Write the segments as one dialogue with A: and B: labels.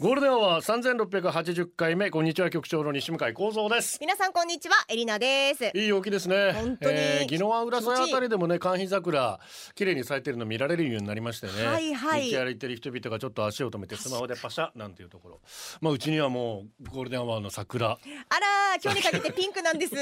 A: ゴールデンは三千六百八十回目こんにちは局長の西向井光三です。
B: 皆さんこんにちはエリナです
A: いい陽気ですね。
B: 本当に
A: えー、宜野湾浦
B: 気
A: 添
B: 持
A: あ
B: ちいい
A: たりでもね、寒緋桜綺麗に咲いてるの見られるようになりましてね。
B: はいはい
A: 道歩いてる人々がちょっと足を止めてスマホでパシャなんていうところ。まあうちにはもうゴールデンアワーの桜。
B: あら今日にかけてピンクな んです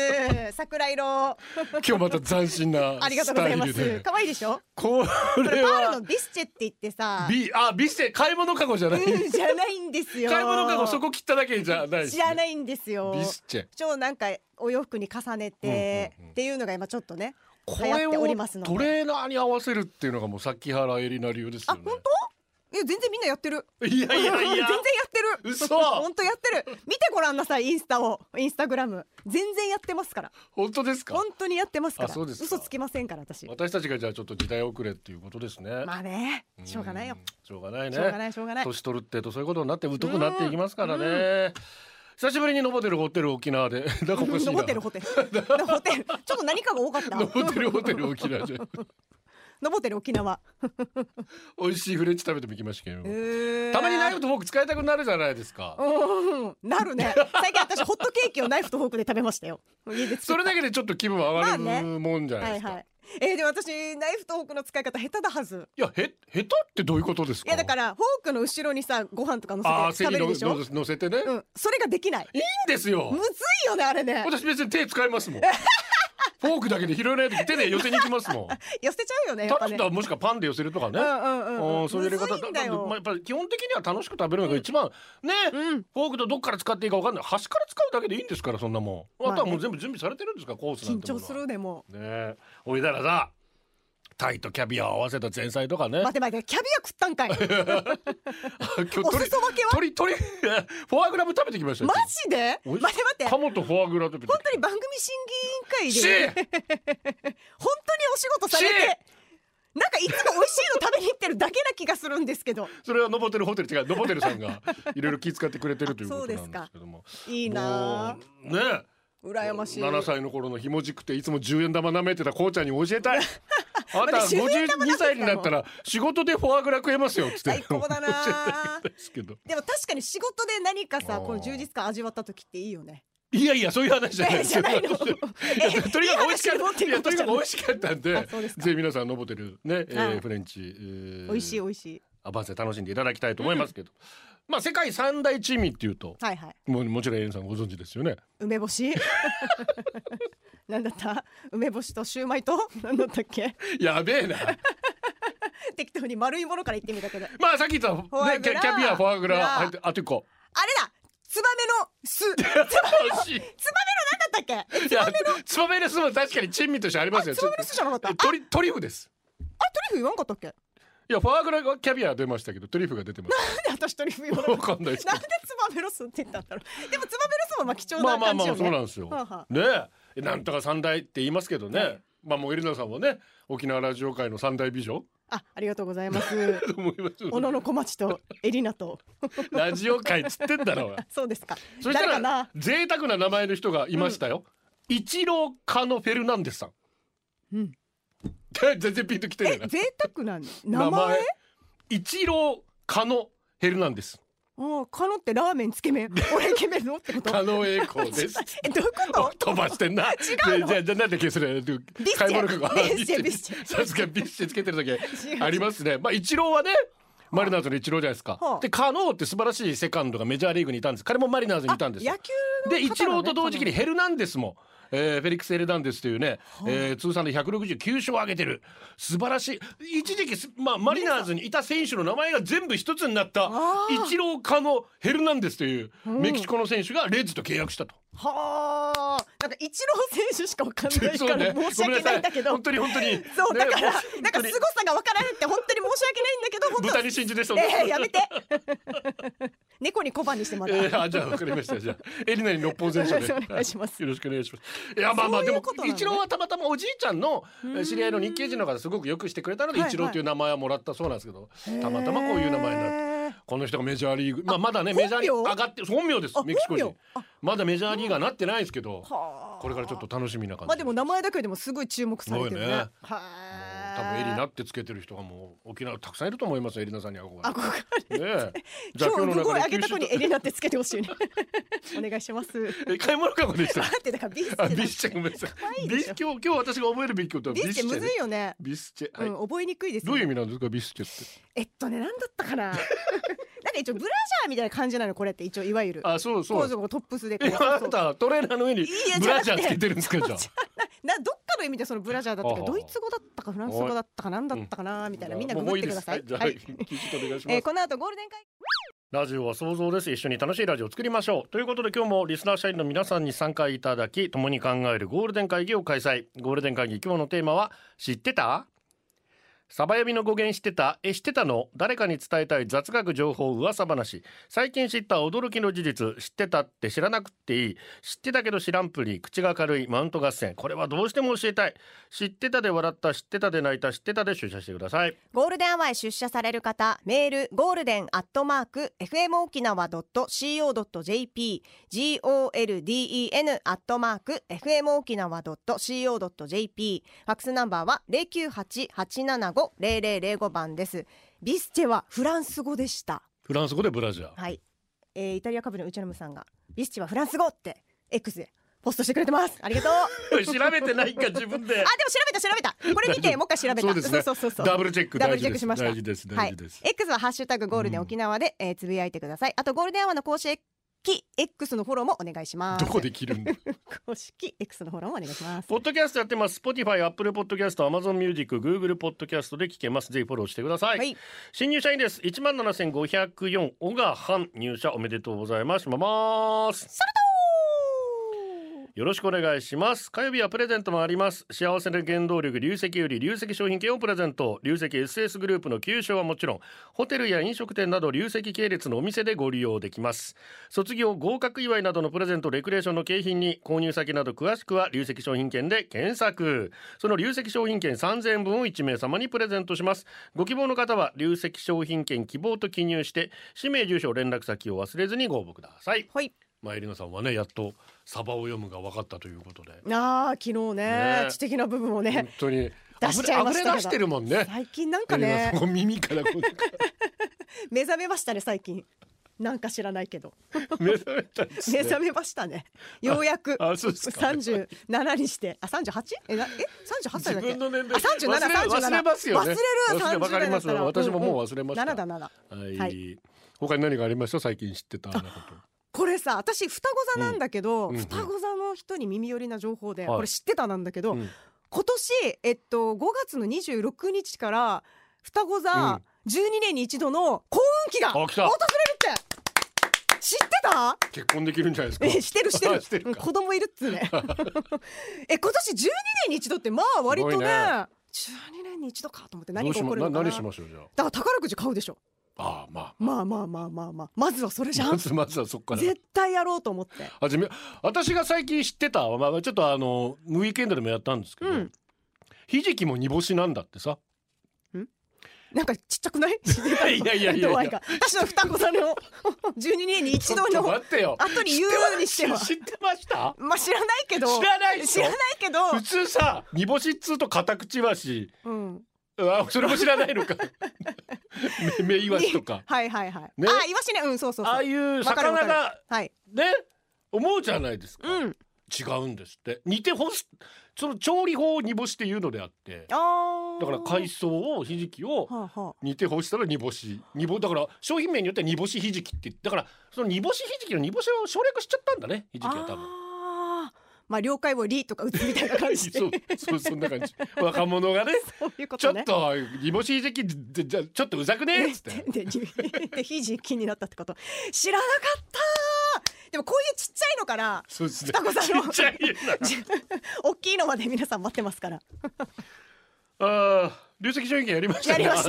B: 桜色
A: 今日また斬新な
B: ありがと
A: ス
B: うご
A: タ
B: ざいま
A: イル
B: す
A: で。
B: 可愛いでしょ
A: こ
B: こ
A: れ
B: れパールの
A: は
B: ビスチェって言って さ
A: ビあビステ買い物カゴじゃない。
B: うんじゃないんですよ
A: 買い物カゴそこ切っただけじゃないです
B: 知
A: ね、
B: らないんですよ
A: ビスチェ。
B: 超なんかお洋服に重ねて、
A: うんうんうん
B: っていうのが今ちょっとね
A: こ
B: 流
A: れを
B: 行って
A: ト
B: おりますので
A: レーナーに合わせるっていうのがもう崎原エリナ流ですよ
B: あ
A: ね。
B: 本当いや全然みんなやってる
A: 当いやいやい
B: 全然や
A: や。
B: ってる
A: 嘘
B: 本当やってる見てごらんなさいインスタをインスタグラム全然やってますから
A: 本当ですか
B: 本。当にやってますから
A: あそうですか
B: 嘘つきませんから私
A: 私たちがじゃあちょっと時代遅れっていうことですね。
B: まあね
A: うん
B: しょうがないよ。
A: しょうがないね。
B: しょうがないしょうがない
A: 年取るってえとそういうことになって疎くなっていきますからね。久しぶりにのぼてるホテル沖縄 でなんかおかしいな。
B: 登ってるホ テル登ってるちょっと何かが多かった登
A: 登ってるホテル沖縄で
B: ってる沖縄
A: 美味しいフレンチ食べても行きましたけど。
B: たま
A: たまにナイフとフォーク使いたくなるじゃないですか。
B: うんなるね最近私ホットケーキをナイフとフォークで食べましたよ家で作った
A: それだけでちょっと気分上が
B: まあ
A: る
B: ね
A: もんじゃないで
B: はい
A: すか。
B: はいえー、でも私ナイフとフォークの使い方下手だはず
A: いやへ下手ってどういうことです
B: い
A: か。
B: やだからフォークの後ろにさご飯とか
A: あ
B: 乗
A: あ
B: せて
A: 席
B: 食べる
A: の
B: でしょうん
A: 乗せてね。
B: それができない
A: いいんですよ
B: む。ずいよねあれね
A: 私別に手使いますもん。フォークだけで拾えない時手で寄せに行きます もん。
B: 寄せちゃうよねや
A: タ
B: っぱ
A: ラ
B: ね
A: スとはもしくはパンで寄せるとかね。
B: うんうんうん
A: あ
B: う
A: ー
B: ん
A: そういうやり方
B: むずいんだ
A: だだってまあや
B: よ
A: っぱり基本的には楽しく食べるのが一番、ね、
B: うん
A: フォークとどっから使っていいかわかんない端から使うだけでいいんですからそんなもん
B: まあ
A: あ
B: ね
A: とはもう全部準備されてるんですからコースな
B: 緊
A: んても
B: 張
A: のは
B: するでも
A: ねえおいだらさタイとキャビアを合わせた前菜とかね
B: 待て待てキャビア食ったんかい
A: 今日
B: お裾分けは
A: 鳥 鳥フォアグラも食べてきましたよ
B: マジで
A: おい
B: 待て待て
A: カ
B: 本
A: モとフォアグラ食べて本
B: 当に番組審議
A: し
B: 委 員会で本当にお仕事され
A: して
B: なんかいつも美味しいの食べに行ってるだけな気がするんですけど
A: それはノボテルホテル違うノボテルさん がいろいろ気遣ってくれてるということなんですけども
B: いいなあ
A: もうねえ
B: 羨ましい
A: 7歳の頃のひもじくていつも10円玉舐めてたこうちゃんに教えた いあなた
B: 私10
A: 52
B: 円玉舐めてたの
A: 歳になったら仕事でフォアグラ食えますよっつって
B: 最高だ
A: 教
B: な
A: えてですけど
B: でも確かに仕事で何か
A: あ
B: さ
A: ー
B: この充実感味わった時っていいよね
A: いやいやそういう話じゃない
B: え じゃない
A: い
B: の
A: やとにかく美味しか
B: いい話に持
A: っ
B: って
A: た
B: い
A: い
B: こ
A: や
B: う
A: と
B: と
A: にか
B: した
A: く美味しかったん
B: あ
A: で
B: そうですか
A: ぜひ皆さんのぼてるね、え
B: は
A: ー
B: い
A: フレンチ、えー
B: 美味しい美味しい
A: アバンセ楽しんでいただきたいと思いますけど、まあ世界三大珍味っていうと
B: はいはい
A: もうもちろんエレンさんご存知ですよね
B: 梅干し なんだった梅干しとシューマイとなんだったっけ
A: やべえな
B: 適当に丸いものから言ってみたけどあれ
A: まあさっき言った、
B: ォア
A: ね、
B: グ
A: キ
B: ラ
A: ャキャビアフォアグラ
B: グラ
A: 入ってあと一個
B: だツバメの巣 ツバメのな
A: 惜しい
B: かったっけ
A: いやツバメの巣も確かに珍味としてありますよ
B: あツバメの巣じゃなかった
A: ちょっとトリトリュフです
B: あトリュフ言わんかったっけなん
A: いやフォアグラがキャビアは出ましたけどトリュフが出てます
B: で私トリュフ言わなかっ
A: わかんないです
B: た
A: け
B: なんでツバメロスって言ったんだろうでもツバメロスもまあ貴重
A: どまあ
B: な
A: まあ
B: 感
A: ま
B: じ
A: あ
B: よ
A: そうなん
B: ね
A: ですよ
B: はあは
A: ねえなんとか三大って言いますけどね、
B: はい
A: まあもうエリナさんはね沖縄ラジオ界の三大美女
B: あありがとうございます
A: と思いますよ
B: 小野の小町とエリナと
A: ラジオ界っつってんだろうが
B: そうですか
A: そした
B: 誰からな
A: 贅沢な名前の人がいましたよ、イチローカノフェルナンデスさん、
B: うん、
A: 全然ピンときてな
B: え
A: いな
B: 贅沢な名前
A: イチローカノフェルナンデス
B: ああカノってラーメンつけ麺俺イケメンのってこと
A: 狩野英孝 です
B: えどういうこと
A: 飛ばしてん な。違うじゃあじゃあなんだっけそれ。ビッ
B: ビッシェビッシェビッシェ
A: さすが ビッシェつけてるだけ
B: 違う
A: ありますね。まあ一郎はね。マリナーズの一郎じゃないですか
B: は。あ
A: で、カノーって素晴らしいセカンドがメジャーリーグにいたんです。彼もマリナーズにいたんですよ
B: 野。球
A: で、
B: の方だね
A: イチローと同時期にヘルナンデスも、えー、フェリックス・ヘルナンデスというね、えー通算で169勝を挙げてる、素晴らしい、一時期す、まあ、マリナーズにいた選手の名前が全部一 つになった、イチロー科のヘルナンデスというメキシコの選手がレッズと契約したと。
B: はあなんかイチロー選手しかわかんない
A: そ
B: か
A: うね
B: ら申し訳ないんだけど
A: ごめんなさい本当に本当に
B: そうだから、
A: ね
B: なんか
A: 本当に
B: 凄さがわからなくて本当に申し訳ないんだけど本当
A: 豚に真珠でした、
B: ええやめて 猫に小判にしてまだ、
A: えーあじゃあわかりましたじゃあエリナに六本全書で
B: お願いします
A: はよろしくお願いしますいやまあまあ
B: そう
A: で
B: いう
A: も
B: ことなのね
A: 一郎はたまたまおじいちゃんの
B: ーん
A: 知り合いの日系人の方がすごくよくしてくれたので
B: はい
A: 一郎という名前はもらったそうなんですけどたまたまこういう名前になって
B: なっ
A: この人がメジャーリーグまあまだねメジャーリーグ
B: 本名
A: 上がって本名です
B: あ
A: メキシコ人
B: 本名あ
A: まだメジャーリーガーなってないですけど
B: はあ
A: これからちょっと楽しみな感じ
B: まあでも名前だけでもすごい注目されてる
A: す
B: ね
A: ごいね
B: は
A: もう
B: あ
A: 多分エリナってつけてる人がもう沖縄たくさんいると思いますよエリナさんに憧
B: あここから
A: れてねえじゃ
B: 今
A: あ今日
B: 日産
A: の
B: 声
A: 中で
B: 上げた子にエ
A: 九
B: リナってつけてほしいね お願いしますだ
A: 州と買い物かごでした
B: ってだからビッセ
A: あ
B: だ
A: ビッシェごめんなさ
B: 愛
A: い
B: いで
A: ビ
B: しょ
A: ス今日今日私が覚えるべきことは
B: ビ
A: ビ
B: ッ
A: ッシ
B: セむ
A: ェ
B: ず
A: ね
B: いよね
A: ビスチェ、
B: う
A: はい
B: ん覚えにくいです
A: どう
B: よ
A: いう
B: ね
A: 意味なんですかビスチェって
B: えっとねなんだったか ななんか一応ブラジャーみたいな感じなのこれって一応いわゆる
A: あそうそ
B: 構
A: う
B: 造のトップスでこ
A: え
B: う
A: あ
B: そ
A: な
B: うそう
A: たトレーナーの上に
B: いや
A: ブラジャー
B: じ
A: つ
B: ゃなくて
A: けてるんですかじゃあ
B: などっかの意味でそのブラジャーだったか
A: あはは
B: ドイツ語だったかフランス語だったかなんだったかなみたいなみんなググってください
A: じゃあ
B: は
A: もうい
B: い
A: いですはいじゃあ聞いてお願いします、
B: えーこの後ゴールデン会
A: ラジオは想像です一緒に楽しいラジオを作りましょうということで今日もリスナー社員の皆さんに参加いただき共に考えるゴールデン会議を開催ゴールデン会議今日のテーマは知ってたサバ読みの語源知ってたえ知ってたの誰かに伝えたい雑学情報噂話最近知った驚きの事実知ってたって知らなくていい知ってたけど知らんぷり口が軽いマウント合戦これはどうしても教えたい知ってたで笑った知ってたで泣いた知ってたで出社してください
B: ゴールデンアワーへ出社される方、メール、ゴールデンアットマーク、fmokinawa.co.jp、golden アットマーク、fmokinawa.co.jp、ファックスナンバーは098-875-0005番です。ビスチェはフランス語でした。
A: フランス語でブラジャー
B: はい。えー、イタリア株のウチャルムさんが、ビスチェはフランス語って X でポストしてくれてます。ありがとう。あ、で も
A: 調べてないか自分で
B: 調べた調べた。これ
A: 大
B: 見
A: 丈
B: て、
A: 夫
B: もう一回調べ た。
A: そうですね
B: そうそうそう。
A: ダブルチェック
B: ダブ
A: 大
B: ルチ
A: 事で
B: ェック
A: す
B: しました。
A: 大事です大事です、
B: はい、X はハッシュタグゴールデン沖縄で、えーつぶやいてください。あとゴールデンアワーの公式 X のフォローもお願いします。
A: どこで切るんだ
B: 公式 X のフォローもお願いします
A: ポ。ッドキャストやってます。Spotify、Apple Podcast、Amazon Music、Google Podcast で聞けます。ぜひフォローしてください。
B: はい
A: 新入社員です。17,504小川半入社おめでとうございます。まます。よろしくお願いします。火曜日はプレゼントもあります。幸せの原動力、流石より流石商品券をプレゼント。流石 SS グループの給賞はもちろん、ホテルや飲食店など流石系列のお店でご利用できます。卒業合格祝いなどのプレゼント、レクレーションの景品に購入先など詳しくは流石商品券で検索。その流石商品券3000円分を1名様にプレゼントします。ご希望の方は流石商品券希望と記入して、氏名、住所、連絡先を忘れずにご応募ください。
B: はい。
A: まあ、エリナさんはねやっとサバを読むが分かったということで
B: ああ昨日ね
A: ね
B: 知的な部分を
A: 本
B: ね
A: 当に
B: 出しちゃいま
A: あふれあ
B: したけど
A: ふれ出してるもんね
B: 最近なんか ね
A: エリナさんこう耳からこ
B: 目覚めましたね最近なんか知らないけど
A: う目覚めたんですね
B: 目覚めましたねようやく
A: あそうですか
B: 三十七にしてあ三十八えなえ三十八歳だっけ
A: 自分の年齢
B: あ三十七
A: 忘れ忘れますよね
B: 忘れる
A: 忘れ
B: 30
A: わかります
B: 代だったら
A: 私ももう忘れました
B: うんうん七だ七
A: はい、
B: はい
A: 他に何がありました最近知ってたようなこ
B: これさ私双子座なんだけど、
A: うんうん
B: 双子座の人に耳寄りな情報で、
A: はい
B: これ知ってたなんだけ
A: と、
B: ど、
A: うん
B: 今年、えっと、5月の26日から双子座12年に一度の幸運期が
A: あ
B: 訪
A: 来
B: れ
A: た
B: るって知ってた
A: 結婚できるんじゃないですか
B: えしてるして る
A: してるか
B: 子供いるっつう ねえ今年12年に一度ってまあ割と
A: す
B: ね
A: ごいね
B: 12年に一度かと思って
A: ど
B: 何
A: う
B: が
A: し
B: 起
A: ま
B: こるの
A: な
B: かな
A: 何しましょうじゃ
B: だから宝くじ買うでしょ
A: あああま
B: まあまあまあまあまあまずはそれじ
A: あ
B: ゃ
A: ま
B: ん
A: ずまずは そこから
B: 絶対やろうと思って
A: はじめ私が最近知ってた、まあ、ちょっとあのウィークエンドでもやったんですけど、
B: うん
A: ひじきも煮干しなんだってさ
B: なんかちっちゃくない
A: いやいやいやいや
B: 度合いが私の双子座の12年に一
A: ち
B: 度
A: ょっと
B: の
A: 待ってよ
B: 後に言うようにしては
A: 知ってました
B: まあ知らないけど
A: 知らないでしょ
B: 知らないけど、
A: 普通さ煮干しっつうとカタクチワシ
B: うん、
A: あそれも知らないのかめ めいわしとか
B: はいはいはい、
A: ね
B: あイワシねうんそうそうそう
A: ああいう
B: わかるわ
A: 魚
B: かる
A: が
B: はい
A: ね思うじゃないですか、
B: うん
A: 違うんですって煮て干すその調理法を煮干しっていうのであって
B: あー
A: だから海藻をひじきを
B: はあはあ
A: 煮て干したら煮干し煮干だから商品名によっては煮干しひじきってだからその煮干しひじきの煮干しを省略しちゃったんだねひじきは多分。
B: あーまあ了解をリーとか打つみたいな感じで
A: そうそうそんな感じ若者がね
B: そういうこ
A: ちょ
B: と
A: っ
B: ね
A: と煮干しひじきじゃじゃちょっとうざくねっつって
B: でででひじきになったってこと知らなかったでもこういうちっちゃいのから
A: そうですね
B: 双子さんの
A: ちっちゃいな
B: じゅ大きいのまで皆さん待ってますから
A: ああ流石商品やりました
B: や
A: ね
B: りまし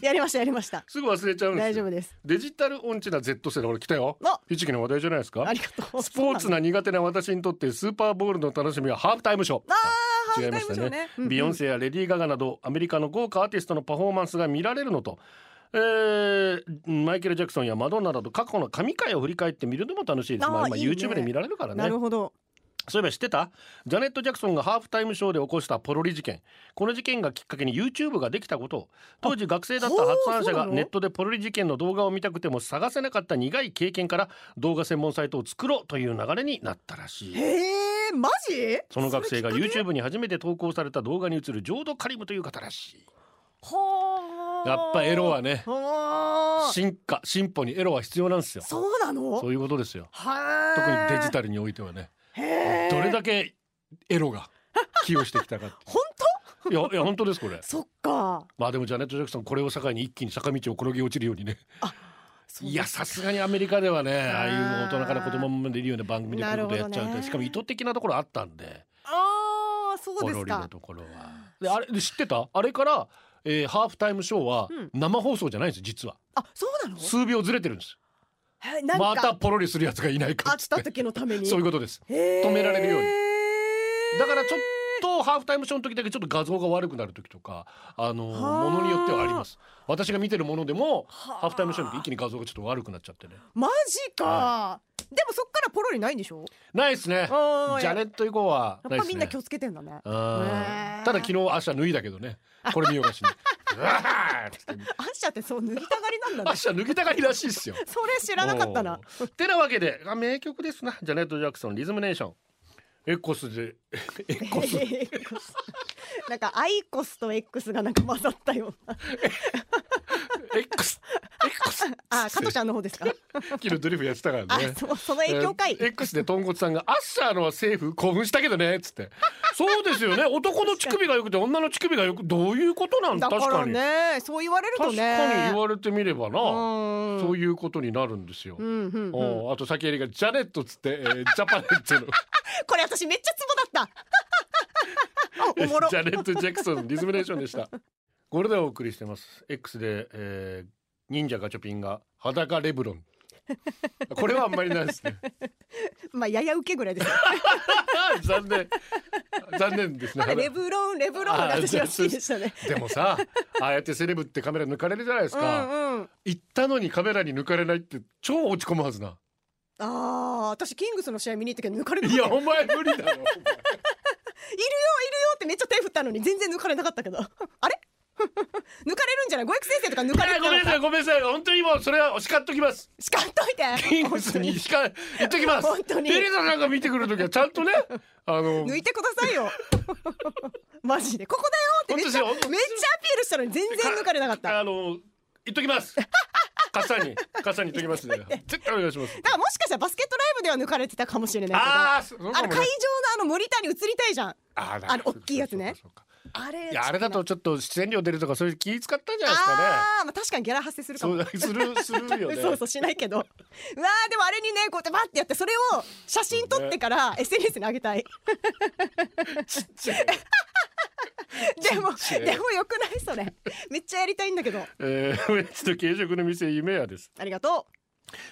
B: たやりましたやりました
A: すぐ忘れちゃうんです
B: 大丈夫
A: す
B: です
A: デジタル音痴な Z 世代俺来たよ
B: あ
A: 一期の話題じゃないですか
B: ありがとう
A: スポーツ
B: そうなの
A: な苦手な私にとってスーパーボールの楽しみはハーフタイムショー
B: あー
A: 違
B: ハ
A: いま
B: ーフタ
A: し
B: イム
A: た
B: ショーね
A: ね、ビヨンセやレディー・ガガなどアメリカの豪華アーティストのパフォーマンスが見られるのと、えーマイケル・ジャクソンやマドンナなど過去の神回を振り返ってみるのも楽しいです
B: あー
A: まあ今
B: いいね
A: YouTube で見られるからね
B: なるほど
A: そういえば知ってたジャネット・ジャクソンがハーフタイムショーで起こしたポロリ事件この事件がきっかけに YouTube ができたことを当時学生だった発案者
B: ほうそうな
A: が
B: の
A: ネットでポロリ事件の動画を見たくても探せなかった苦い経験から動画専門サイトを作ろうという流れになったらしい
B: へえマジ
A: その学生が
B: それきっかけ
A: YouTube に初めて投稿された動画に映るジョード・カリムという方らしい
B: はあ
A: やっぱエロはね
B: はあ
A: 進化進歩にエロは必要なんですよ
B: そうなの
A: そういうことですよ
B: は
A: 特に
B: あ
A: デジタルにおいてはね
B: へえ
A: どれだけエロが寄与してきたかって
B: 本当
A: いやいや本当ですこれ
B: そっか
A: まあでもジャネット・ジャクソンこれを境に一気に坂道を転げ落ちるようにね
B: そう
A: いやさすがにアメリカではねああいう
B: あ
A: 大
B: ー
A: 人から子供までいるような番組でこういうことやっちゃう
B: なるほど
A: と
B: ね
A: しかも意図的なところあったんで
B: ああそう
A: ポ
B: で
A: ロ
B: す
A: リの
B: か
A: ところはであれで知ってたあれから、えーハーフタイムショーは
B: うん
A: 生放送じゃないんですよ実は
B: あそうなの
A: 数秒ずれてるんです
B: へなん
A: また
B: か
A: ポロリするやつがいないか
B: あ
A: っ
B: っ
A: つったて
B: 時のために
A: そういうことです
B: 止
A: められるように
B: に
A: だからちょっとハーフタイムショーの時だけちょっと画像が悪くなる時とかあの
B: はあ
A: ものによってはあります私が見てるものでもハーフタイムショーの時一気に画像がちょっと悪くなっちゃってね
B: マジか、でもそっからポロリないんでしょ
A: ないですね
B: あー
A: ジャネット以降は
B: や
A: な
B: っ
A: いで
B: ぱ
A: す
B: みんな
A: ね
B: 気をつけてんだね
A: う
B: へ
A: ん
B: ー
A: ただ昨日明日脱いだけどねこれ見よう がしにうわーっつって
B: あんしゃってそう脱ぎたがりなんだ
A: 明
B: ね
A: 日脱ぎたがりらしいっすよ
B: それ知らなかったな
A: おー。てなわけで、あ名曲ですな。ジャネット・ジャクソン、リズムネーション。エコスで、エコス、
B: エコスなんかアイコスと X がなんか混ざったような
A: エコス、エコス。
B: あ加藤ちゃんの方ですか、
A: 昨日ドリフやってたから
B: あ
A: ね。
B: そその影響かい、
A: えー X で豚骨さんが「アッサーのはセーフ興奮したけどね」っつって「そうですよね男の乳首がよくて女の乳首がよくどういうことなん
B: だ
A: だ
B: か
A: 確からに、
B: ねそう言われると
A: 確
B: ね
A: かに言われてみればな、
B: うん
A: そういうことになるんですよ。
B: うんうんうんこ
A: おあと先襟が「ジャネット」っつって、えージャパネットの
B: れ私めっちゃツボだっ たおもろ
A: ジャネット・ジャクソンのリズムネーションでした。これでお送りしてます。X で、えー、忍者ガチャピンが裸レブロ ン。これはあんまりないですね。
B: まあやや受けぐらいですよ
A: 残念。残念ですね。
B: レブロンレブロンが私が好きでしたね
A: でもさ、ああやってセレブってカメラ抜かれるじゃないです
B: う
A: か。
B: んうん
A: 行ったのにカメラに抜かれないって超落ち込むはずな。
B: ああ私キングスの試合見に行ったけど抜かれる
A: い
B: いる
A: や、
B: よいるよ
A: お前無理だ ろ。
B: ってめっちゃ手振ったのに全然抜かれなかったけどあれ抜かれるんじゃない五役先生とか抜かれる
A: ごめんなさい、ごめんなさい。本当にもうそれは叱っときます。
B: しかんといて
A: キングスに叱っ、言っときます。
B: 本当に
A: エリザなんか見てくるときはちゃんとね、あの、
B: 抜いてくださいよマジでここだよってめっちゃ
A: 本当
B: めっ
A: です
B: ちゃ
A: よ
B: アピールしたのに全然抜かれなかった
A: あの言っとき ます。カッサにカッサに言っときますね。絶対お願いします。
B: だからもしかしたらバスケットライブでは抜かれてたかもしれないけど
A: あーそうそう
B: あ
A: か
B: の
A: もね
B: 会場のあのモニターに映りたいじゃん
A: あ
B: あの大きいやつね。
A: そうかそうか
B: あれ
A: いやあれだとちょっと出演料出るとかそういう気使ったんじゃないですかね。
B: あー、まあ、確かにギャラ発生するか
A: そ
B: も
A: うするするよね。
B: そうそうしないけどうわーでもあれにねこうやってバッてやってそれを写真撮ってから SNS に上げたいでも
A: ちっちゃい
B: でもよくないそれめっちゃやりたいんだけど
A: えー、ウェッジと軽食の店夢屋です。
B: ありがとう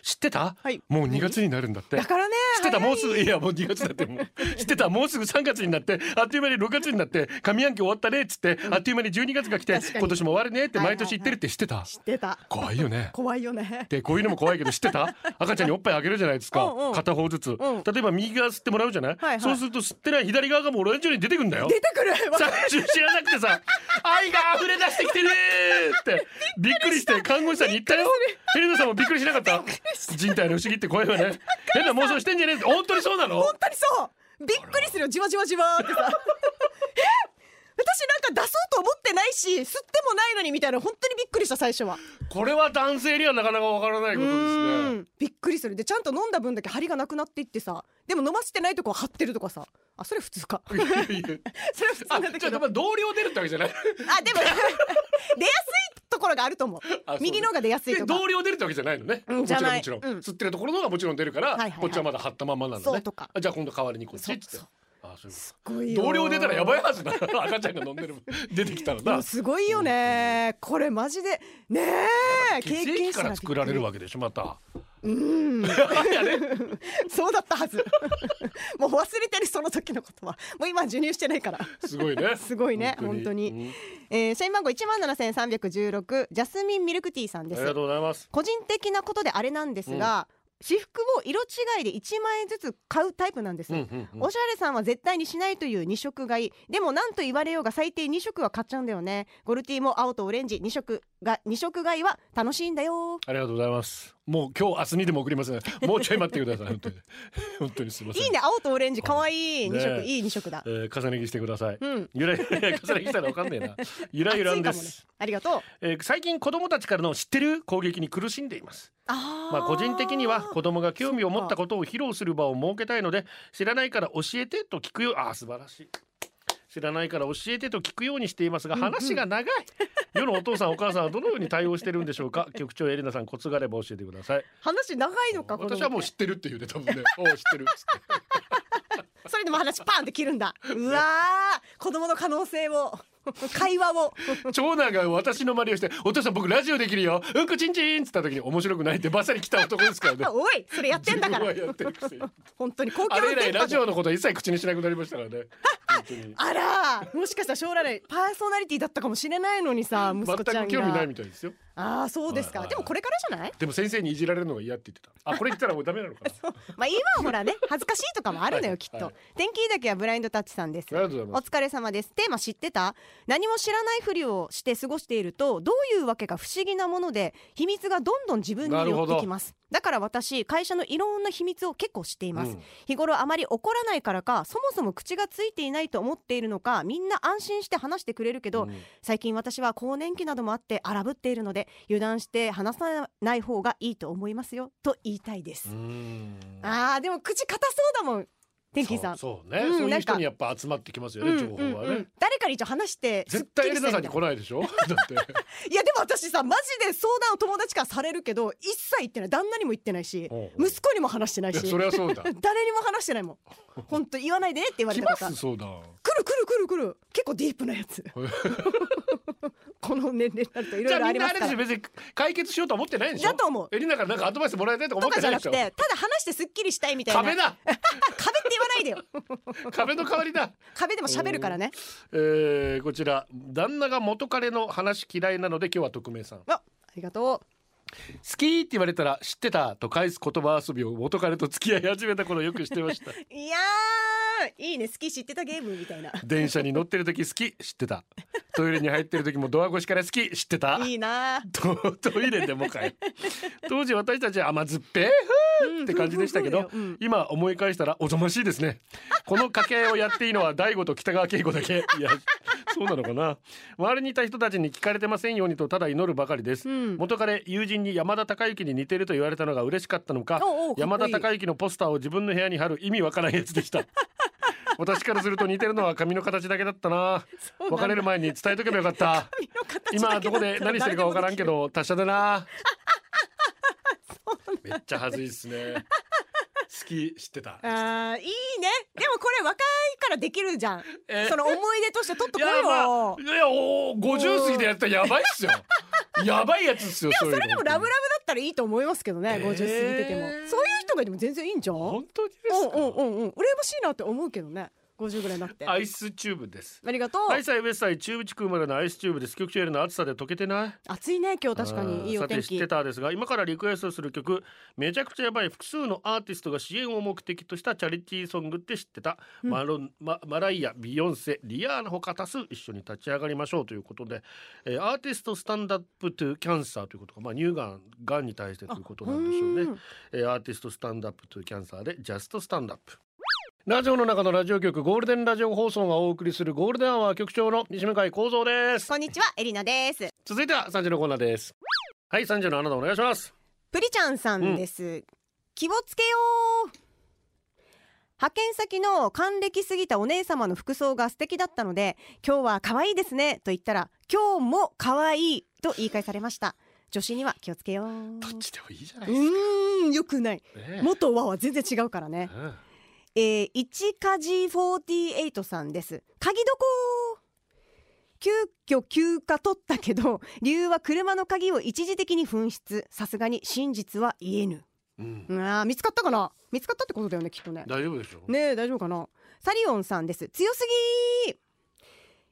A: 知ってた？
B: はい
A: もう2月になるんだって。
B: だからね
A: 知ってた
B: 早い
A: もうすぐいやもう2月だってもう知ってたもうすぐ3月になってあっという間に6月になって上半期終わったねっつってあっという間に12月が来て
B: 確かに
A: 今年も終わるねって毎年言ってるって知ってた
B: 知ってた
A: 怖いよね
B: 怖いよね
A: でこういうのも怖いけど知ってた赤ちゃんにおっぱいあげるじゃないですか
B: うんうん
A: 片方ずつ、
B: ん
A: 例えば右側吸ってもらうじゃない、
B: はいはい
A: そうすると吸ってない左側がもうオレンジ色に出てくんだよ
B: 出て くるわ
A: 最初知らなくてさ愛が溢れ出してきてるーってびっくりして看護師さんに言ったよヘリナさんもびっくりしなかった人体の不思議って怖いよね変な妄想してんじゃねえって本当にそうなの
B: 本当にそうびっくりするよじわじわじわ ーってさえ私なんか出そうと思ってないし吸ってもないのにみたいな本当にびっくりした最初は
A: これは男性にはなかなかわからないことで
B: う
A: すね
B: んびっくりするでちゃんと飲んだ分だけ張りがなくなっていってさでも飲ませてないとこは張ってるとかさあそれ普通か それは普通
A: あ
B: なんだ
A: ちょ
B: け
A: っ
B: ど
A: とまあ同僚出るってわけじゃない
B: あでも出やすいとところがあると思う
A: あそう
B: 右の方が出やすい
A: で
B: とか
A: 同僚出るってわけじゃないのね、
B: うん
A: も
B: じ
A: ちろ
B: ゃ
A: ん
B: ない
A: もちろん、
B: うん
A: 釣ってるところの方がもちろん出るから、
B: はいはいはい
A: こっちはまだ張ったまんまなんだ
B: そ
A: ね
B: うとか
A: あじゃあ今度代わりにこっち
B: そ
A: っ
B: う
A: つ
B: そ
A: って
B: う
A: あそういうこ
B: すごい
A: と
B: よ
A: 同僚出たらやばいはずだ 赤ちゃんが飲んでる出てきたら
B: で
A: な
B: もすごいよねこれマジでねえ
A: 血
B: 経
A: 液
B: 験
A: か
B: 者
A: ら作られる
B: わ
A: わけでしょまた
B: うん そうだったはず もう忘れてるその時のことはもう今授乳してないから
A: すごいね
B: すごいね本当に
A: うん
B: えー、社員番号一万七千三百十六ジャスミンミルクティーさんで
A: あ
B: す
A: りがとうございます
B: 個人的なことであれなんですが、私服を色違いで一枚ずつ買うタイプなんです、
A: うんうんうん
B: おしゃれさんは絶対にしないという2色買いでも何と言われようが最低2色は買っちゃうんだよねゴルティも青とオレンジ2色が2色買いは楽しいんだよ
A: ありがとうございますもう今日明日にでも送りますねもうちょい待ってください本当に 本当にすいません
B: いいね青とオレンジかわいい
A: ね
B: 2色、いい2色だ
A: えー重ね着してください
B: うん
A: ゆらゆらいや重ね着したらわかんねえなゆらゆらんです、
B: ありがとう
A: えー最近子供たちからの知ってる攻撃に苦しんでいます
B: あー
A: まあ個人的には子供が興味を持ったことを披露する場を設けたいので知らないから教えてと聞くよあー素晴らしい知らないから教えてと聞くようにしていますが話が長い、世のお父さんお母さんはどのように対応してるんでしょうか 局長エレナさんコツがあれば教えてください
B: 話長いのかこの
A: 私はもう知ってるっていうね多分ね おう知ってるっつって
B: それでも話パンって切るんだうわー子供の可能性を会話を
A: 長男が私の真似をして「お父さん僕ラジオできるようんこちんちん」っつった時に面白くないってまさに来た男ですからね
B: あおいそれやってんだか
A: 自
B: ら
A: 分はやってるくせに
B: 本当に公
A: あ
B: 共
A: れ以
B: の
A: 来
B: 電
A: ラ
B: 波
A: ジ
B: で
A: オのことは一切口にしなくなりましたからね本当に
B: あらもしかしたら将来パーソナリティだったかもしれないのにさ 息
A: 全
B: 子ちゃんが
A: く興味ないみたいですよ
B: ああそうですか、
A: はいはい
B: でもこれからじゃない
A: でも先生にいじられるのが嫌って言ってたあこれ言ったらもうダメなのかな あ
B: まあ今はほ らね恥ずかしいとかもあるの
A: はいは
B: よ
A: い
B: きっと、天気だけはブラインドタッチさんです
A: りがとうござい
B: お
A: ます
B: 疲れ様ですテーマ知ってた何も知らないふりをして過ごしているとどういうわけか不思議なもので秘密がどんどん自分に
A: なる
B: 寄
A: ほ
B: っ
A: ど
B: てきますだから私会社のいろんな秘密を結構知っています、
A: うん
B: 日頃あまり怒らないからかそもそも口がついていないと思っているのかみんな安心して話してくれるけど、
A: うん
B: 最近私は更年期などもあって荒ぶっているので油断して話さない方がいいと思いますよと言いたいです、
A: うーん
B: あーでも口硬そうだもん天気さん
A: そうそうね、
B: うん
A: そうい
B: な
A: うん
B: か
A: 人にやっぱ集まってきますよ
B: うん
A: ね情
B: うん
A: 報
B: うん
A: はね、
B: 誰かに一応話して
A: 絶対エレナさんに
B: すっきりしたい
A: 来ないでし ょだって
B: いやでも私さマジで相談を友達からされるけど一切言ってない旦那にも言ってないし
A: おうおう
B: 息子にも話してない
A: い
B: し
A: やそれはそうだ
B: 誰にも話してないもん本当言わないでねって言われ
A: 来
B: た
A: ま
B: ことあ
A: す
B: る
A: そうだ
B: 来る来る来る来る結構ディープなやつ この年齢になるとい
A: じ
B: ろ
A: ゃ
B: いろ
A: あ
B: あ
A: み
B: り
A: んな
B: ま
A: あれ
B: すか
A: でしょ別
B: ら
A: に解決しようとは思ってないでしょ
B: だと思う
A: エリナからなんかアドバイスもらいたいとか思
B: と
A: っ
B: か
A: て
B: じ
A: な
B: ゃ
A: い
B: な
A: で
B: く
A: してょ
B: ただ話してすっきりしたいみたいな
A: 壁だ
B: 壁って言わないでよ
A: 壁の代わりだ
B: 壁でも喋るからね
A: えー、こちら旦那が元彼の話嫌いなので今日は匿名さん好
B: あありがと
A: きって言われたら知ってたと返す言葉遊びを元彼と付き合い始めた頃よくしてました
B: ういやーいいね好き知ってたゲームみたいな
A: 電車に乗ってる時好き知ってたトイレに入ってる時もドア越しから好き知ってた
B: いいなー
A: と トイレでもか い当時私たちは甘酸っぱいふーって感じでしたけ
B: うん
A: ど
B: ふーふーだようん
A: 今思い返したらおぞましいですねこの掛け合いをやっていいのは大悟と北川景子だ けいやそうなのかな周りにいた人たちに聞かれてませんようにとただ祈るばかりです、
B: うん
A: 元彼友人に山田孝之に似てると言われたのが嬉しかったのか
B: おうおうかっこいい
A: 山田孝之のポスターを自分の部屋に貼る意味わからないやつでした 私からすると似てるのは髪の形だけだった な
B: うなんだ
A: 別れる前に伝えとけばよかった
B: 髪の形だ
A: 今
B: け
A: どこ
B: だった
A: で何してるかわからんけど達者だ なめっちゃ恥ずいっすね 好き知ってた
B: あーいいねでもこれ若いからできるじゃん、
A: え
B: その思い出として取っと
A: い
B: こう
A: や
B: よ、
A: まあいやおー50過ぎでやったらやばいっす よやばいやつっすよ
B: でも
A: い
B: そ
A: うの
B: れでもラブラブだったらいいと思いますけどね、
A: えー
B: 50過ぎててもそういう人がでも全然いいんじゃんうんうん
A: 本当にですか
B: うんうん羨ましいなって思うけどね50ぐらいになってあ
A: アイスチューブです
B: りがとう、
A: アイサイウエスサイ中部地区生まれのアイスチューブです局長よりの暑さで溶けてない
B: 暑いね今日確かにいいお
A: さて
B: 天
A: 知っ
B: 気
A: てたですが今からリクエストする曲めちゃくちゃやばい複数のアーティストが支援を目的としたチャリティーソングって知ってた、マロンママライアビヨンセリアーナほか多数一緒に立ち上がりましょうということで、えーアーティストスタンドアップトゥキャンサーということが、まあ、乳がんがんに対してということなんでしょうね
B: あうーん
A: えーアーティストスタンドアップトゥキャンサーでジャストスタンドアップラジオの中のラジオ局ゴールデンラジオ放送がお送りするゴールデンアワー局長の西向井光三です
B: こんにちはエリナです
A: 続いては三時のコーナーですはい三時のあなたお願いします
B: プリちゃんさんです、気をつけよう派遣先の還暦過ぎたお姉様の服装が素敵だったので今日は可愛いですねと言ったら今日も可愛いと言い返されました女子には気をつけよう
A: どっちでもいいじゃないうです
B: ーんよくない
A: か、ねえ
B: 元和は全然違うからね
A: うん
B: えー、一かじ48さんです。鍵どこ急遽休暇取ったけど、理由は車の鍵を一時的に紛失。さすがに真実は言えぬ。
A: うん
B: うわー見つかったかな見つかったってことだよね、きっとね。
A: 大丈夫でしょ
B: ねえ、大丈夫かなサリオンさんです。強すぎー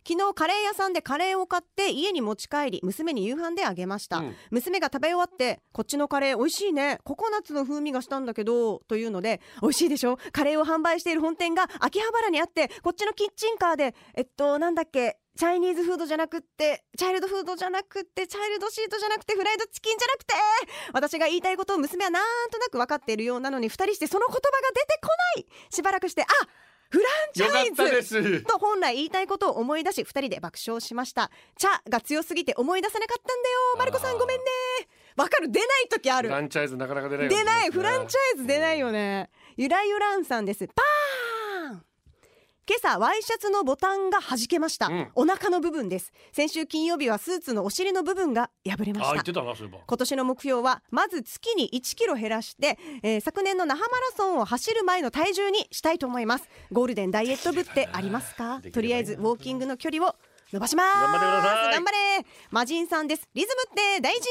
B: 昨日カレー屋さんでカレーを買って家に持ち帰り、娘に夕飯であげました。
A: うん
B: 娘が食べ終わってこっちのカレー美味しいねココナッツの風味がしたんだけどというので美味しいでしょカレーを販売している本店が秋葉原にあってこっちのキッチンカーでえっとなんだっけチャイニーズフードじゃなくってチャイルドフードじゃなくってチャイルドシートじゃなくてフライドチキンじゃなくて私が言いたいことを娘はなんとなく分かっているようなのに2人してその言葉が出てこないしばらくしてあフランチ
A: よか
B: ャイ
A: った
B: ズ
A: です
B: と本来言いたいことを思い出し2人で爆笑しました「茶」が強すぎて思い出せなかったんだよマルコさ
A: あ
B: ん
A: ー
B: ごめんねわかる出ない時あ
A: フ
B: る
A: ランチャイズなかなか出ないよね
B: 出ないフランチャイズ出ないよねゆらゆらんさんですパーン今朝ワイシャツのボタンが弾けました、
A: うん
B: お腹の部分です先週金曜日はスーツのお尻の部分が破れま
A: あ
B: し
A: 言
B: た
A: ってたなそういえば
B: 今年の目標はまず月に1キロ減らして、えー昨年の那覇マラソンを走る前の体重にしたいと思いますゴールデンダイエット部ってありますか
A: できればいいな
B: とりあえずウォーキングの距離を伸ばします
A: 頑張ってください
B: 頑張れ魔人さんですリズムって大事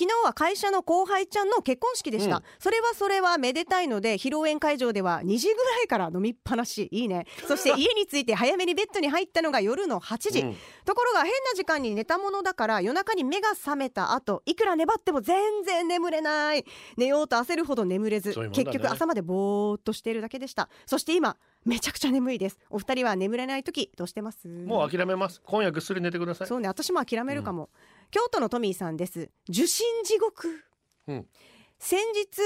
B: 昨日は会社の後輩ちゃんの結婚式でした、
A: うん
B: それはそれはめでたいので披露宴会場では2時ぐらいから飲みっぱなしいいねそして家に着いて早めにベッドに入ったのが夜の8時、
A: うん
B: ところが変な時間に寝たものだから夜中に目が覚めた後いくら粘っても全然眠れない寝ようと焦るほど眠れず、
A: そういうもんだね
B: 結局朝までぼーっとしているだけでしたそして今めちゃくちゃ眠いですお二人は眠れない時どうしてます
A: もう諦めます今夜ぐっすり寝てください
B: そうね私も諦めるかも、京都のトミーさんです受信地獄、
A: うん
B: 先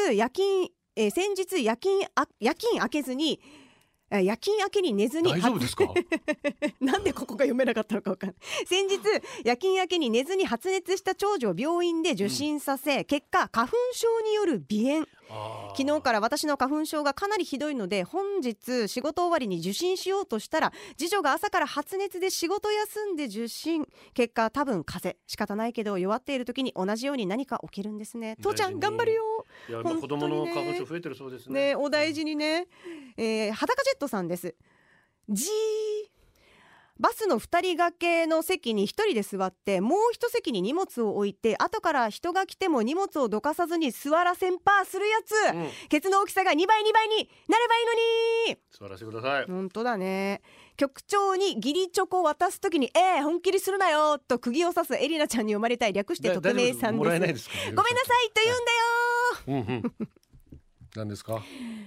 B: 日夜勤、えー先日夜勤あ夜勤明けずにえー夜勤明けに寝ずに
A: 大丈夫です か
B: なんでここが読めなかったのかわか んない。先日、夜勤明けに寝ずに発熱した長女を病院で受診させ、結果、花粉症による鼻炎。
A: あー
B: 昨日から私の花粉症がかなりひどいので、本日、仕事終わりに受診しようとしたら、次女が朝から発熱で仕事休んで受診。結果、多分風邪。仕方ないけど、弱っている時に同じように何か起きるんですね。父ちゃん、頑張るよ。
A: いや今子供の
B: 本当にね
A: 花粉症増えてるそうですね
B: ね、お大事にね、えー、裸ジェットさんですじーバスの2人掛けの席に1人で座ってもう一席に荷物を置いて後から人が来ても荷物をどかさずに座らせんぱーするやつ、
A: うん
B: ケツの大きさが2倍2倍になればいいのに
A: 素晴らしいください
B: 本当だね局長に義理チョコ渡す時に「えー、本気にするなよ」と釘を刺すエリナちゃんに読まれたい略して
A: だ
B: 匿名さ
A: 大丈夫
B: ん
A: もらえない
B: で
A: ですすか
B: ごめんなさいと言うんだよ
A: うんうん。何ですか。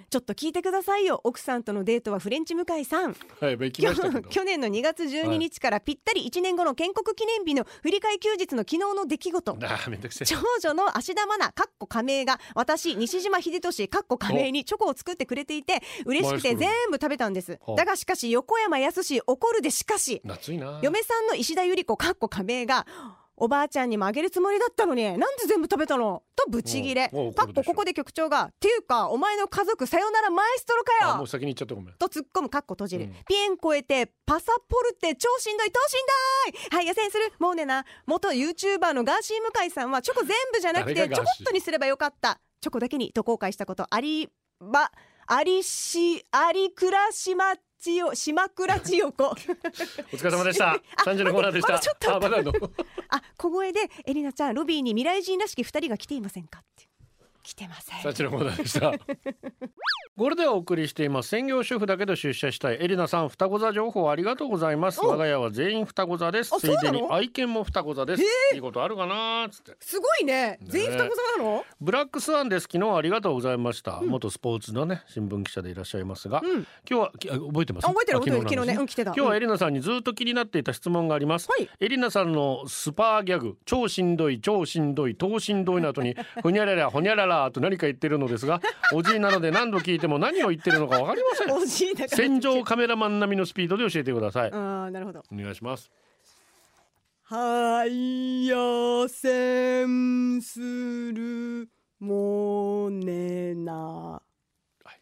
B: ちょっと聞いてくださいよ奥さんとのデートはフレンチ向井さん
A: はい、行き
B: 去
A: ましたけど。
B: 去年の2月12日からぴったり1年後の建国記念日の振り替え休日の昨日の出来事
A: あー、めんどくせえ。
B: 長女の芦田愛菜かっこ仮名が私西島秀俊かっこ仮名にチョコを作ってくれていて嬉しくて全部食べたんです
A: ほう
B: だがしかし横山やすし怒るでしかし
A: 夏いな。
B: 嫁さんの石田ゆり子かっこ仮名がおばあちゃんにもあげるつもりだったのになんで全部食べたのとブチギレ
A: もうもう怒
B: か
A: るで
B: っこ
A: しょ
B: ここで局長がっていうかお前の家族さよならマエストロかよ
A: あ、もう先に行っちゃったごめん。
B: と突っ込むカッコ閉じる、
A: うん
B: ピエン超えてパサポルテ超しんどい超しんどいはい野戦するもうねな元 YouTuber のガーシー向井さんはチョコ全部じゃなくてち
A: 誰
B: ょ
A: が
B: こ
A: ガーシー
B: っとにすればよかったチョコだけにと後悔したことありばありしありくらしまちよしまくらちよこ
A: お疲れ様で した。三時のコーナーでし。
B: まだちょった
A: あ、まだあ んの。
B: あ小声でエリナちゃんロビーに未来人らしき二人が来ていませんかって来てません
A: 三時のコーナーでした。ゴールデンをお送りしています専業主婦だけど出社したいエリナさん双子座情報ありがとうございます
B: お
A: 我が家は全員双子座です
B: あ
A: つ
B: そう
A: い
B: な
A: でに
B: の
A: 愛犬も双子座です、いいことあるかなーつって
B: すごいね
A: 全員双子
B: 座なの、
A: ブラックスワンです昨日はありがとうございました、元スポーツのね新聞記者でいらっしゃいますが、
B: うん
A: 今日はきあ覚えてます
B: あ覚えてる
A: あ
B: 覚えて
A: の話
B: る昨日ねうん来てた
A: 今日はエリナさんにずっと気になっていた質問があります、
B: はい
A: エリナさんのスパーギャグ超しんどい超しんどい等しんどいの後 にほにゃららほにゃららと何か言ってるのです がおじいなので何度聞いても何を言ってるのかわかりません
B: おじいだか ら
A: 戦場カメラマン並みのスピードで教えてください、
B: あーなるほど
A: お願いします
B: はいやせんするもねな。
A: はい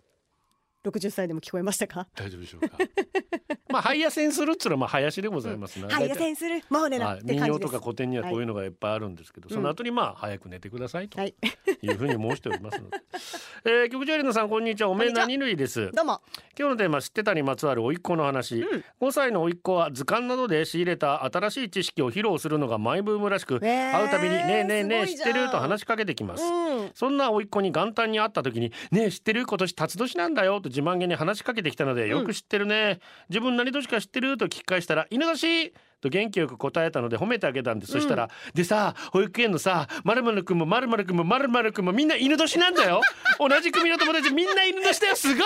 B: 六十歳でも聞こえましたか。
A: 大丈夫でしょうか まあハイヤセンするっつうのはまあ林でございますな、
B: はい、予選する、もうねな
A: は
B: っ
A: い
B: て
A: 民
B: 感じ
A: 謡
B: で
A: と
B: す
A: か。古典にはこういうのがいっぱいあるんですけど、
B: はい
A: その後にまあ早く寝てくださいと
B: はい、
A: いうふうに申しておりますので、 えー局長エリナさんこんにちはおめえ
B: こんにちは
A: 何類です
B: どうも。
A: 今日のテーマ知ってたにまつわる甥っ子の話、5歳の甥っ子は図鑑などで仕入れた新しい知識を披露するのがマイブームらしく、
B: えー
A: 会うたびに「ねえねえねえ知
B: すご
A: っ
B: いじゃん
A: てる?」と話しかけてきます、
B: うん。
A: そんな甥っ子に元旦に会った時に「ねえ知ってる今年辰年なんだよ」と自慢げに話しかけてきたので「よく知ってるね自分何年か知ってる?」と聞き返したら「犬年!」と元気よく答えたので褒めてあげたんです、そしたら「でさ保育園のさまるまるくんもまるまるくんもまるまるくんもみんな犬年なんだよ同じ組の友達みんな犬年だよすごいね!」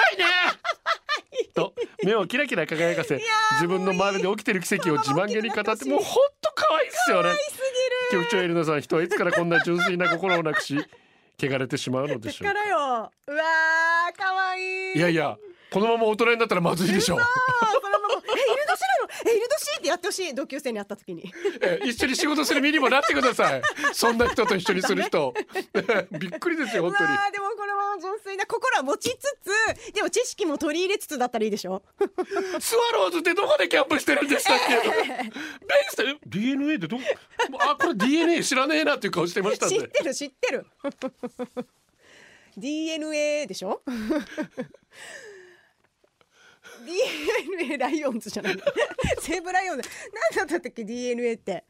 A: と目をキラキラ輝かせ自分の周りで起きてる奇跡を自慢げに語ってもうほんと可愛いですよね。局長エリナさん人はいつからこんな純粋な心をなくし汚れてしまうのでしょう
B: か
A: から
B: よ。うわー、可愛い
A: いやいやこのまま大人になったらまずいでしょう
B: あーこのまま「えいる年なのえいる年?」ってやってほしい同級生に会った時に
A: え一緒に仕事する身にもなってくださいそんな人と一緒にする人 びっくりですよ
B: う
A: 本当に
B: わーでもこのまま純粋な心は持ちつつでも知識も取り入れつつだったらいいでしょ
A: スワローズってどこでキャンプしてるんでしたっけベースでえ DNA ってどこあこれ DNA 知らねえなっていう顔してましたん
B: 知っ
A: で
B: てる知ってる DNA でしょ DNA ライオンズじゃない西武ライオンズ何だったっけ DNA って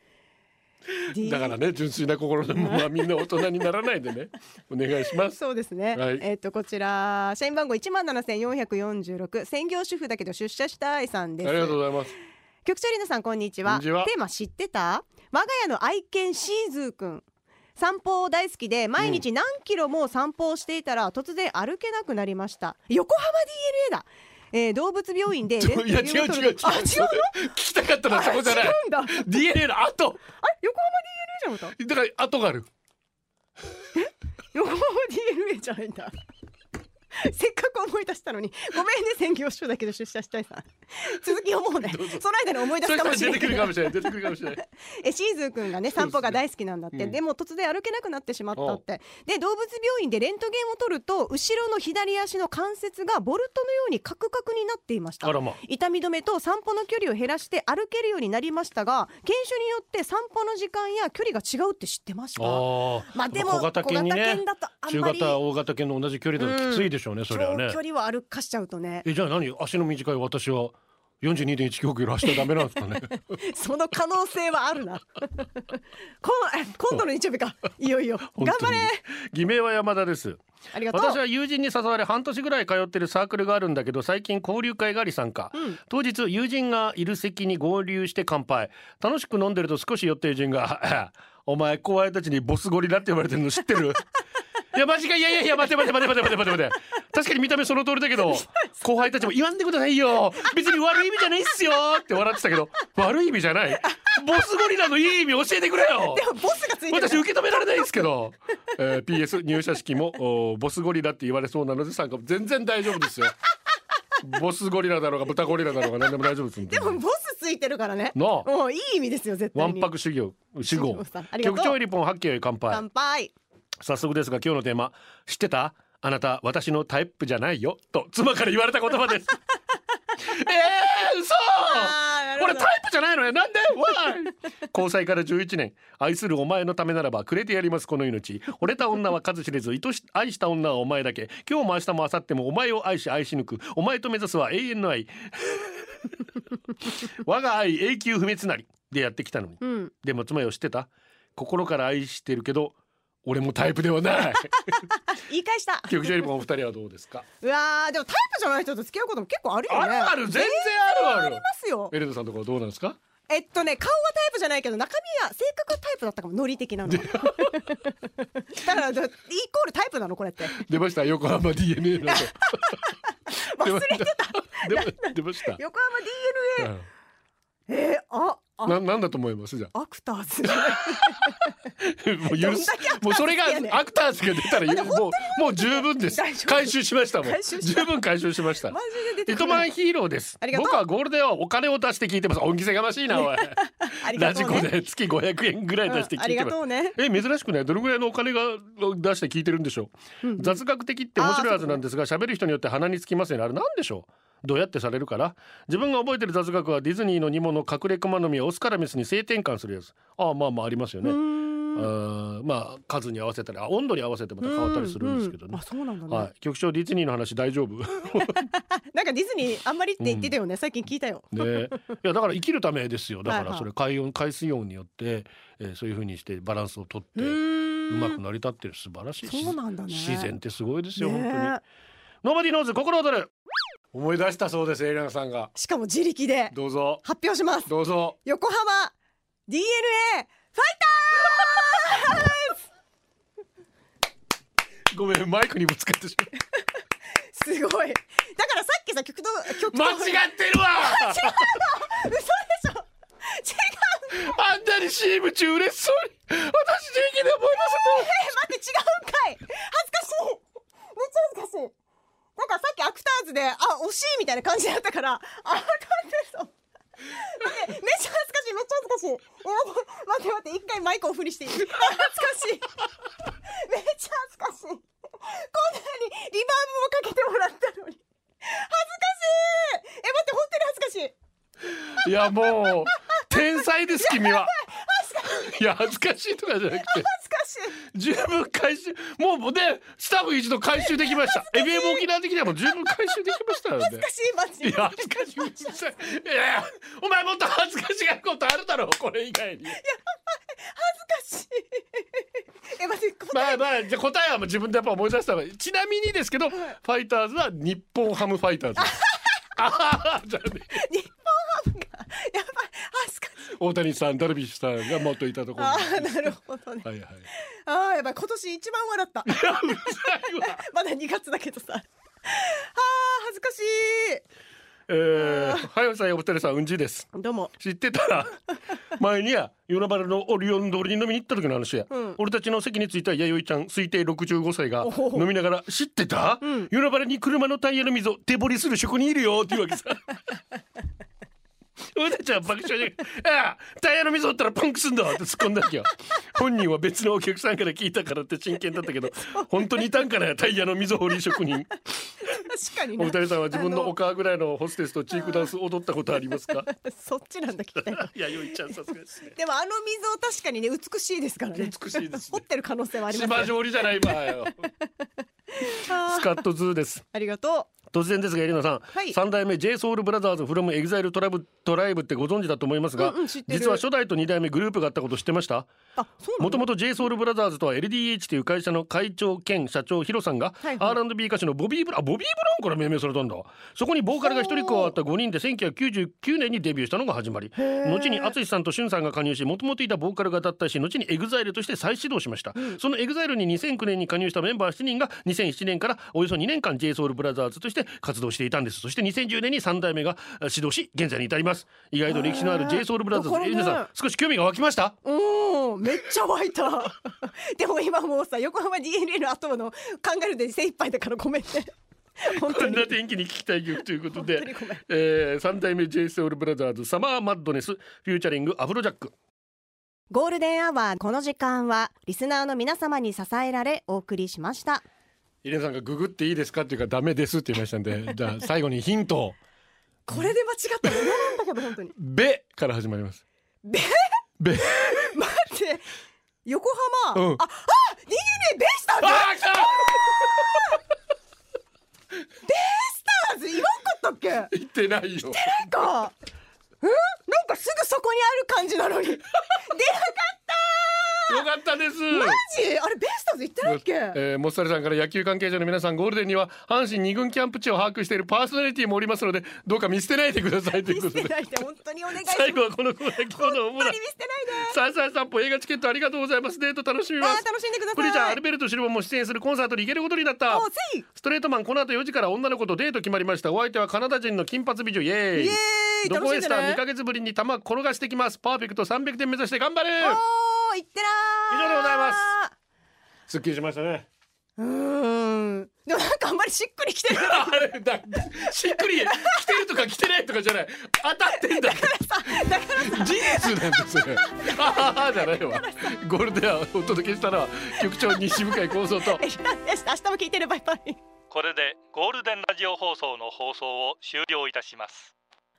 A: だからね純粋な心でもまあみんな大人にならないでねお願いします
B: そうですね。
A: はい
B: えっ、とこちら社員番号一万七千四百四十六専業主婦だけど出社したいさん
A: あ
B: で
A: り
B: す。
A: がとうございます
B: 局長リナさんこんにちは
A: こんにちは
B: テーマ知ってた我が家の愛犬シーズーくん散歩大好きで毎日何キロも散歩をしていたら突然歩けなくなりました横浜 DNA だ、えー動物病院でレンタル
A: いや違う違う違う
B: あ違う
A: それ聞きたかったなそこじゃない
B: 違うんだあ
A: DNA の後
B: 横浜 DNA じゃん
A: だから後がある
B: 横浜 DNA じゃないんだせっかく思い出したのにごめんね専業主婦だけど出社したいさ続き読もうねその間に思い出
A: それ
B: すか
A: か
B: も
A: ら
B: し
A: 出
B: れな
A: てく
B: い
A: るかもしれない出てくるかもしれ ない
B: えシーズーくんがね
A: そうですね
B: 散歩が大好きなんだってで,、
A: うん
B: も突然歩けなくなってしまったってで動物病院でレントゲンを取ると後ろの左足の関節がボルトのようにカクカクになっていました
A: あらま
B: 痛み止めと散歩の距離を減らして歩けるようになりましたが犬種によって散歩の時間や距離が違うって知ってました
A: あ
B: まあでも
A: 小型犬に
B: 小型
A: ね
B: 犬だとあん
A: 中
B: まり
A: 型大型犬の同じ距離だときついでしょうね、それはね
B: 長距離を歩かしちゃうとね
A: えじゃあ何足の短い私は42.1キロ走ったらダメなんですか ね
B: その可能性はあ るなこんえ今度の日曜日かいよいよ
A: 本当
B: 頑
A: に
B: 張れ
A: 偽名は山田です
B: ありがとう
A: 私は友人に誘われ半年ぐらい通ってるサークルがあるんだけど最近交流会があり参加、当日友人がいる席に合流して乾杯楽しく飲んでると少し寄った友人が 「お前後輩たちにボスゴリだって言われてるの知って る? 」いやマジかいやいやいや待て待て待て待て待て待て待て確かに見た目その通りだけ ど後輩たちも言わんでくださいよ別に悪い意味じゃないっすよって笑ってたけど悪い意味じゃないボスゴリラのいい意味教えてくれよ
B: でもボスがついてる
A: 私受け止められないですけど、えー PS 入社式もおーボスゴリラって言われそうなので参加も全然大丈夫ですよボスゴリラだろうが豚ゴリラだろうが何でも大丈夫です
B: でもボスついてるからね
A: なあ
B: もういい意味ですよ絶
A: わ
B: 対
A: ん
B: に
A: ぱく修行主語
B: さんありがとう
A: 局長よりポン発見より乾杯
B: 乾杯
A: 早速ですが今日のテーマ知ってたあなた私のタイプじゃないよと妻から言われた言葉 ですえー、嘘
B: あーなるほ
A: 俺
B: ど
A: タイプじゃないのよなんで Why? 交際から11年愛するお前のためならばくれてやりますこの命惚れた女は数知れず愛し愛した女はお前だけ今日も明日も明後日もお前を愛し愛し抜くお前と目指すは永遠の愛 我が愛永久不滅なりでやってきたのに、
B: うん
A: でも妻よ知ってた心から愛してるけど俺もタイプではない
B: 言い返した
A: 局長よりもお二人はどうですか
B: うわーでもタイプじゃない人と付き合うことも結構あるよね
A: あるある全然あるある
B: ありますよ
A: エレナさんとかはどうなんですか
B: えっとね顔はタイプじゃないけど中身は性格はタイプだったかもノリ的なのだからだイコールタイプなのこれって
A: 出ました横浜 DNA の
B: 忘れてた
A: 出ました出ました
B: 横浜 DNA えー、ああ
A: ななんだと思いますじゃあ
B: アクターズ じゃない
A: もう許すもうそれがアクターズが出たら許すもうもう十分です
B: 大丈夫
A: 回収しましたもん
B: 回収し
A: 十
B: た
A: 分回収しました
B: マジで出て
A: 糸
B: こな
A: 満
B: い
A: ヒーローです
B: ありがとう
A: 僕はゴールデンはお金を出して聞いてます恩着せがましいなおい
B: あり
A: ラ
B: が
A: ジ
B: とう
A: コ
B: ね
A: で月500円ぐらい出して
B: うんあ
A: 聞
B: り
A: いて
B: が
A: ま
B: と
A: す
B: うね
A: え珍しくないどのぐらいのお金が出して聞いてるんでしょう、雑学的って面白いはずなんですが喋る人によって鼻につきますよねあれなんでしょうどうやってされるから自分が覚えてる雑学はディズニーの煮物隠れ熊の実をオスからメスに性転換するやつああまあまあありますよね、
B: う
A: あ
B: ん
A: ーまあ数に合わせたりあ温度に合わせてまた変わったりするんですけど
B: う
A: ね
B: あ、、そうなんだね。
A: はい、局長ディズニーの話大丈 夫
B: なんかディズニーあんまりって言ってたよね。最近聞いたよ。
A: ねいやだから生きるためですよだか
B: はいは
A: ら
B: い
A: それ海温海水温によって、えーそういう風にしてバランスをとって
B: う
A: う
B: ーん
A: まく成り立ってる素晴らしい
B: そうなんだね。
A: 自然ってすごいですよ、
B: ね
A: 本当に
B: え。
A: ノーバディノーズ心躍る思い出したそうですエレナさんが
B: しかも自力で
A: どうぞ
B: 発表します。
A: どうぞ
B: 横浜 DNA ファイ
A: ごめんマイクにぶつかってしま
B: ター すごい。だからさっきさ曲と曲と
A: う間違ってるわ
B: 嘘でしょ。違う。
A: あんなに CM 中嬉しそうに私自力で思い
B: え待って違うんかい。恥ずかしい。めっちゃ恥ずかしい。なんかさっきアクターズであ惜しいみたいな感じだったからあ感じです。待ってめっちゃ恥ずかしいめっちゃ恥ずかしい。え待って待って待って一回マイクオフにしていい。恥ずかしい。めっちゃ恥ずかしい。こんなにリバーブもかけてもらったのに。恥ずかしいえ待って本当に恥ずかしい
A: 出したもんいやもう天才です君はいや恥ずかしいとかじゃなくて
B: 恥ずかしい
A: 十分回収もうねスタッフ一度回収できました FM 沖縄的にはもう十分回収できましたので
B: 恥ずかしいマジ
A: いや恥ずかしいうるさいいやお前もっと恥ずかしがることあるだろうこれ以外に
B: 恥ずかしいえ待ってこんな
A: まあまあじゃあ答えはもう自分でやっぱ思い出した方がいいちなみにですけど、ファイターズは日本ハムファイターズですああじゃあね
B: 日本ハムがやばい恥ずかしい
A: 大谷さんダルビッシュさんが元いたところ
B: あ
A: です
B: ーなるほどね
A: はい はい
B: あーやばい今年一番笑った
A: いやうるさいわ
B: まだ2月だけどさあー恥ずかし
A: えー、早さんやお二人さんうんじです
B: いどうも
A: 知ってた ら前にや夜なばるのオリオン通りに飲みに行った時の話や、
B: うん
A: 俺たちの席に着いた弥生ちゃん推定65歳が
B: おほほ
A: 飲みながら「知ってた、
B: うん
A: 夜なばるに車のタイヤの溝手掘りする職人いるよ」って言うわ けさ俺たちは爆笑で「ああタイヤの溝だったらパンクすんだ」って突っ込んだわけよ本人は別のお客さんから聞いたからって真剣だったけど本当にいたんかなタイヤの溝掘り職人
B: 確かに
A: お
B: ね
A: 二人さんは自分
B: あ
A: の
B: の
A: お母ぐらいのホステスとチークダンス踊ったことあります か
B: そっちなんだ聞きたい
A: 弥生ちゃんさすがですね
B: でもあの溝確かにね美しいですからね
A: 美しいです
B: 掘
A: ね
B: ってる可能性はあります
A: 芝
B: よ
A: 上りじゃない場合よ
B: あ
A: ス
B: ー
A: カットズーです
B: ありがと
A: 突然ですがエリナさん、
B: はい
A: 三代目 j s o u l b r o t h e r s f r o m e x i l e t r i b e トライブってご存知だと思いますが、
B: うんうん知ってる
A: 実は初代と二代目グループがあったこと知ってました
B: うあそう
A: も
B: なの
A: ともと j s o u l b r o t h e r s とは LDH という会社の会長兼社長ヒロさんが、
B: はいはい
A: R&B 歌手のボビー・ブラウンあボビー・ブラウンから命名されたんだそこにボーカルが一人加わった5人で1999年にデビューしたのが始まり後に淳さんと俊さんが加入しもともといたボーカルが脱退し後に EXILE として再始動しました、その EXILE に2009年に加入したメンバー7人が2007年からおよそ2年間 j s o u l b r o t h e r s として活動していたんですそして2010年に3代目がえ指導し現在に至ります意外と歴史のある j s o u l b r o t h e r
B: へー
A: s 皆さん少し興味が湧きました
B: おーめっちゃ湧いたでも今もうさ横浜 DNA の後の考えるで精一杯だからごめんね本
A: こ
B: 当
A: ん
B: に
A: な天気に聞きたい曲ということ
B: 本当に
A: で
B: ごめん、
A: えー、3代目 j s o u l b r o t h e r s サマーマッドネスフューチャリングアフロジャック
B: ゴールデンアワーこの時間はリスナーの皆様に支えられお送りしました
A: イレンさんがググっていいですかっていうかダメですって言いましたん でじゃあ最後にヒントを
B: これで間違ったら嫌なんだけど本当に
A: 「べ」から始まります
B: べ
A: 「べ」
B: 待って横浜、
A: うん
B: ああ DNA ベイスターズ
A: あ
B: ベイ
A: ー来た
B: スターズ言わんかったっけなん
A: 言ってないよ
B: かうんなんかすぐそこにある感じな のに出なかった
A: よかったです
B: マジあれベイスターズ言ってないっけ、
A: えー、モッサルさんから野球関係者の皆さんゴールデンには阪神二軍キャンプ地を把握しているパーソナリティもおりますのでどうか見捨てないでくださいというこ
B: 見捨
A: と
B: て
A: で
B: ないで本当にお願いします
A: 最後はこのコーナー今日の主
B: 本当
A: な
B: に見捨てないで
A: 「さあさあ散歩」映画チケットありがとうございますデート楽しみま
B: あ
A: す
B: ー楽しんでください
A: プリちゃんアルベルト・シルボンも出演するコンサートに行けることになった
B: おうせい
A: ストレートマンこの後4時から女の子とデート決まりましたお相手はカナダ人の金髪美女イエーイ
B: イエーイ
A: どこへスタ
B: 楽
A: ー
B: しんでね
A: 2ヶ月ぶりに球転がしてきますパーフェクト300点目指して頑張る
B: おーいってらー
A: 以上でございすっきりしましたね
B: うーんでもなんかあんまりしっくりき てるだか
A: あれだしっくり来てるとか来てないとかじゃない当たってんだ
B: らさだからさ
A: 事実なんですよああじゃないわゴールデンをお届けしたのは局長西向井光三と
B: えなんで明日も聞いてるバイバイ
C: これでゴールデンラジオ放送の放送を終了いたします